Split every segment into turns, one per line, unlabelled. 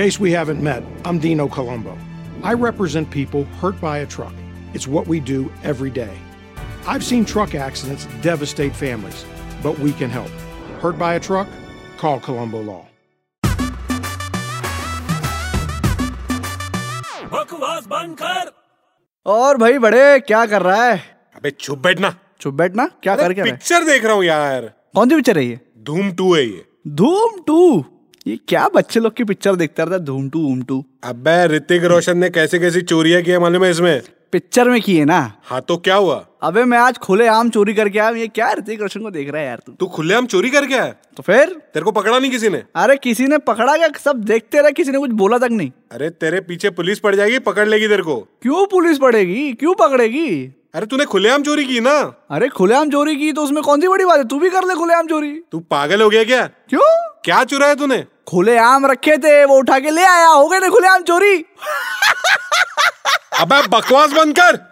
case we haven't met, I'm Dino Colombo. I represent people hurt by a truck. It's what we do every day. I've seen truck accidents devastate families, but we can help. Hurt by a truck? Call Colombo Law.
बकवास बनकर
और भाई बड़े क्या कर रहा है
अबे चुप बैठना
चुप बैठना क्या कर क्या रहा है
पिक्चर देख रहा हूँ यार
कौन सी पिक्चर है ये
धूम टू है ये
धूम टू ये क्या बच्चे लोग की पिक्चर देखता रहता है धूम टू ऊम टू
अबे ऋतिक रोशन ने कैसे कैसी चोरिया किया मालूम है इसमें
पिक्चर में की है ना
हाँ तो क्या हुआ
अबे मैं आज खुले आम चोरी करके आया हूँ। ये क्या ऋतिक रोशन को देख रहा है यार तू
तू खुलेआम चोरी कर गया है
तो फिर
तेरे को पकड़ा नहीं किसी ने
अरे किसी ने पकड़ा क्या सब देखते रहे किसी ने कुछ बोला तक नहीं
अरे तेरे पीछे पुलिस पड़ जाएगी पकड़ लेगी तेरे को
क्यों पुलिस पड़ेगी क्यों पकड़ेगी
अरे तूने खुलेआम चोरी की ना
अरे खुलेआम चोरी की तो उसमें कौन सी बड़ी बात है तू भी कर ले खुलेआम चोरी
तू पागल हो गया क्या
क्यों
क्या चुराया तूने
खुलेआम रखे थे वो उठा के ले आया हो गए ना खुलेआम चोरी
अबे बकवास बंद कर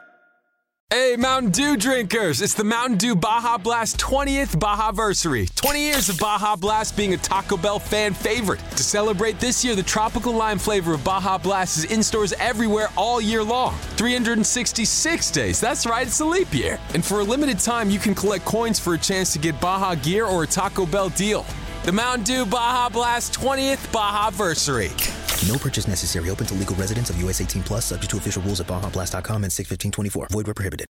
Hey, Mountain Dew drinkers! It's the Mountain Dew Baja Blast 20th Baja Versary. 20 years of Baja Blast being a Taco Bell fan favorite. To celebrate this year, the tropical lime flavor of Baja Blast is in stores everywhere all year long. 366 days. That's right, it's a leap year. And for a limited time, you can collect coins for a chance to get Baja gear or a Taco Bell deal. The Mountain Dew Baja Blast 20th Baja Versary.
No purchase necessary. Open to legal residents of US 18 plus, subject to official rules at BajaBlast.com and 61524. Void where prohibited.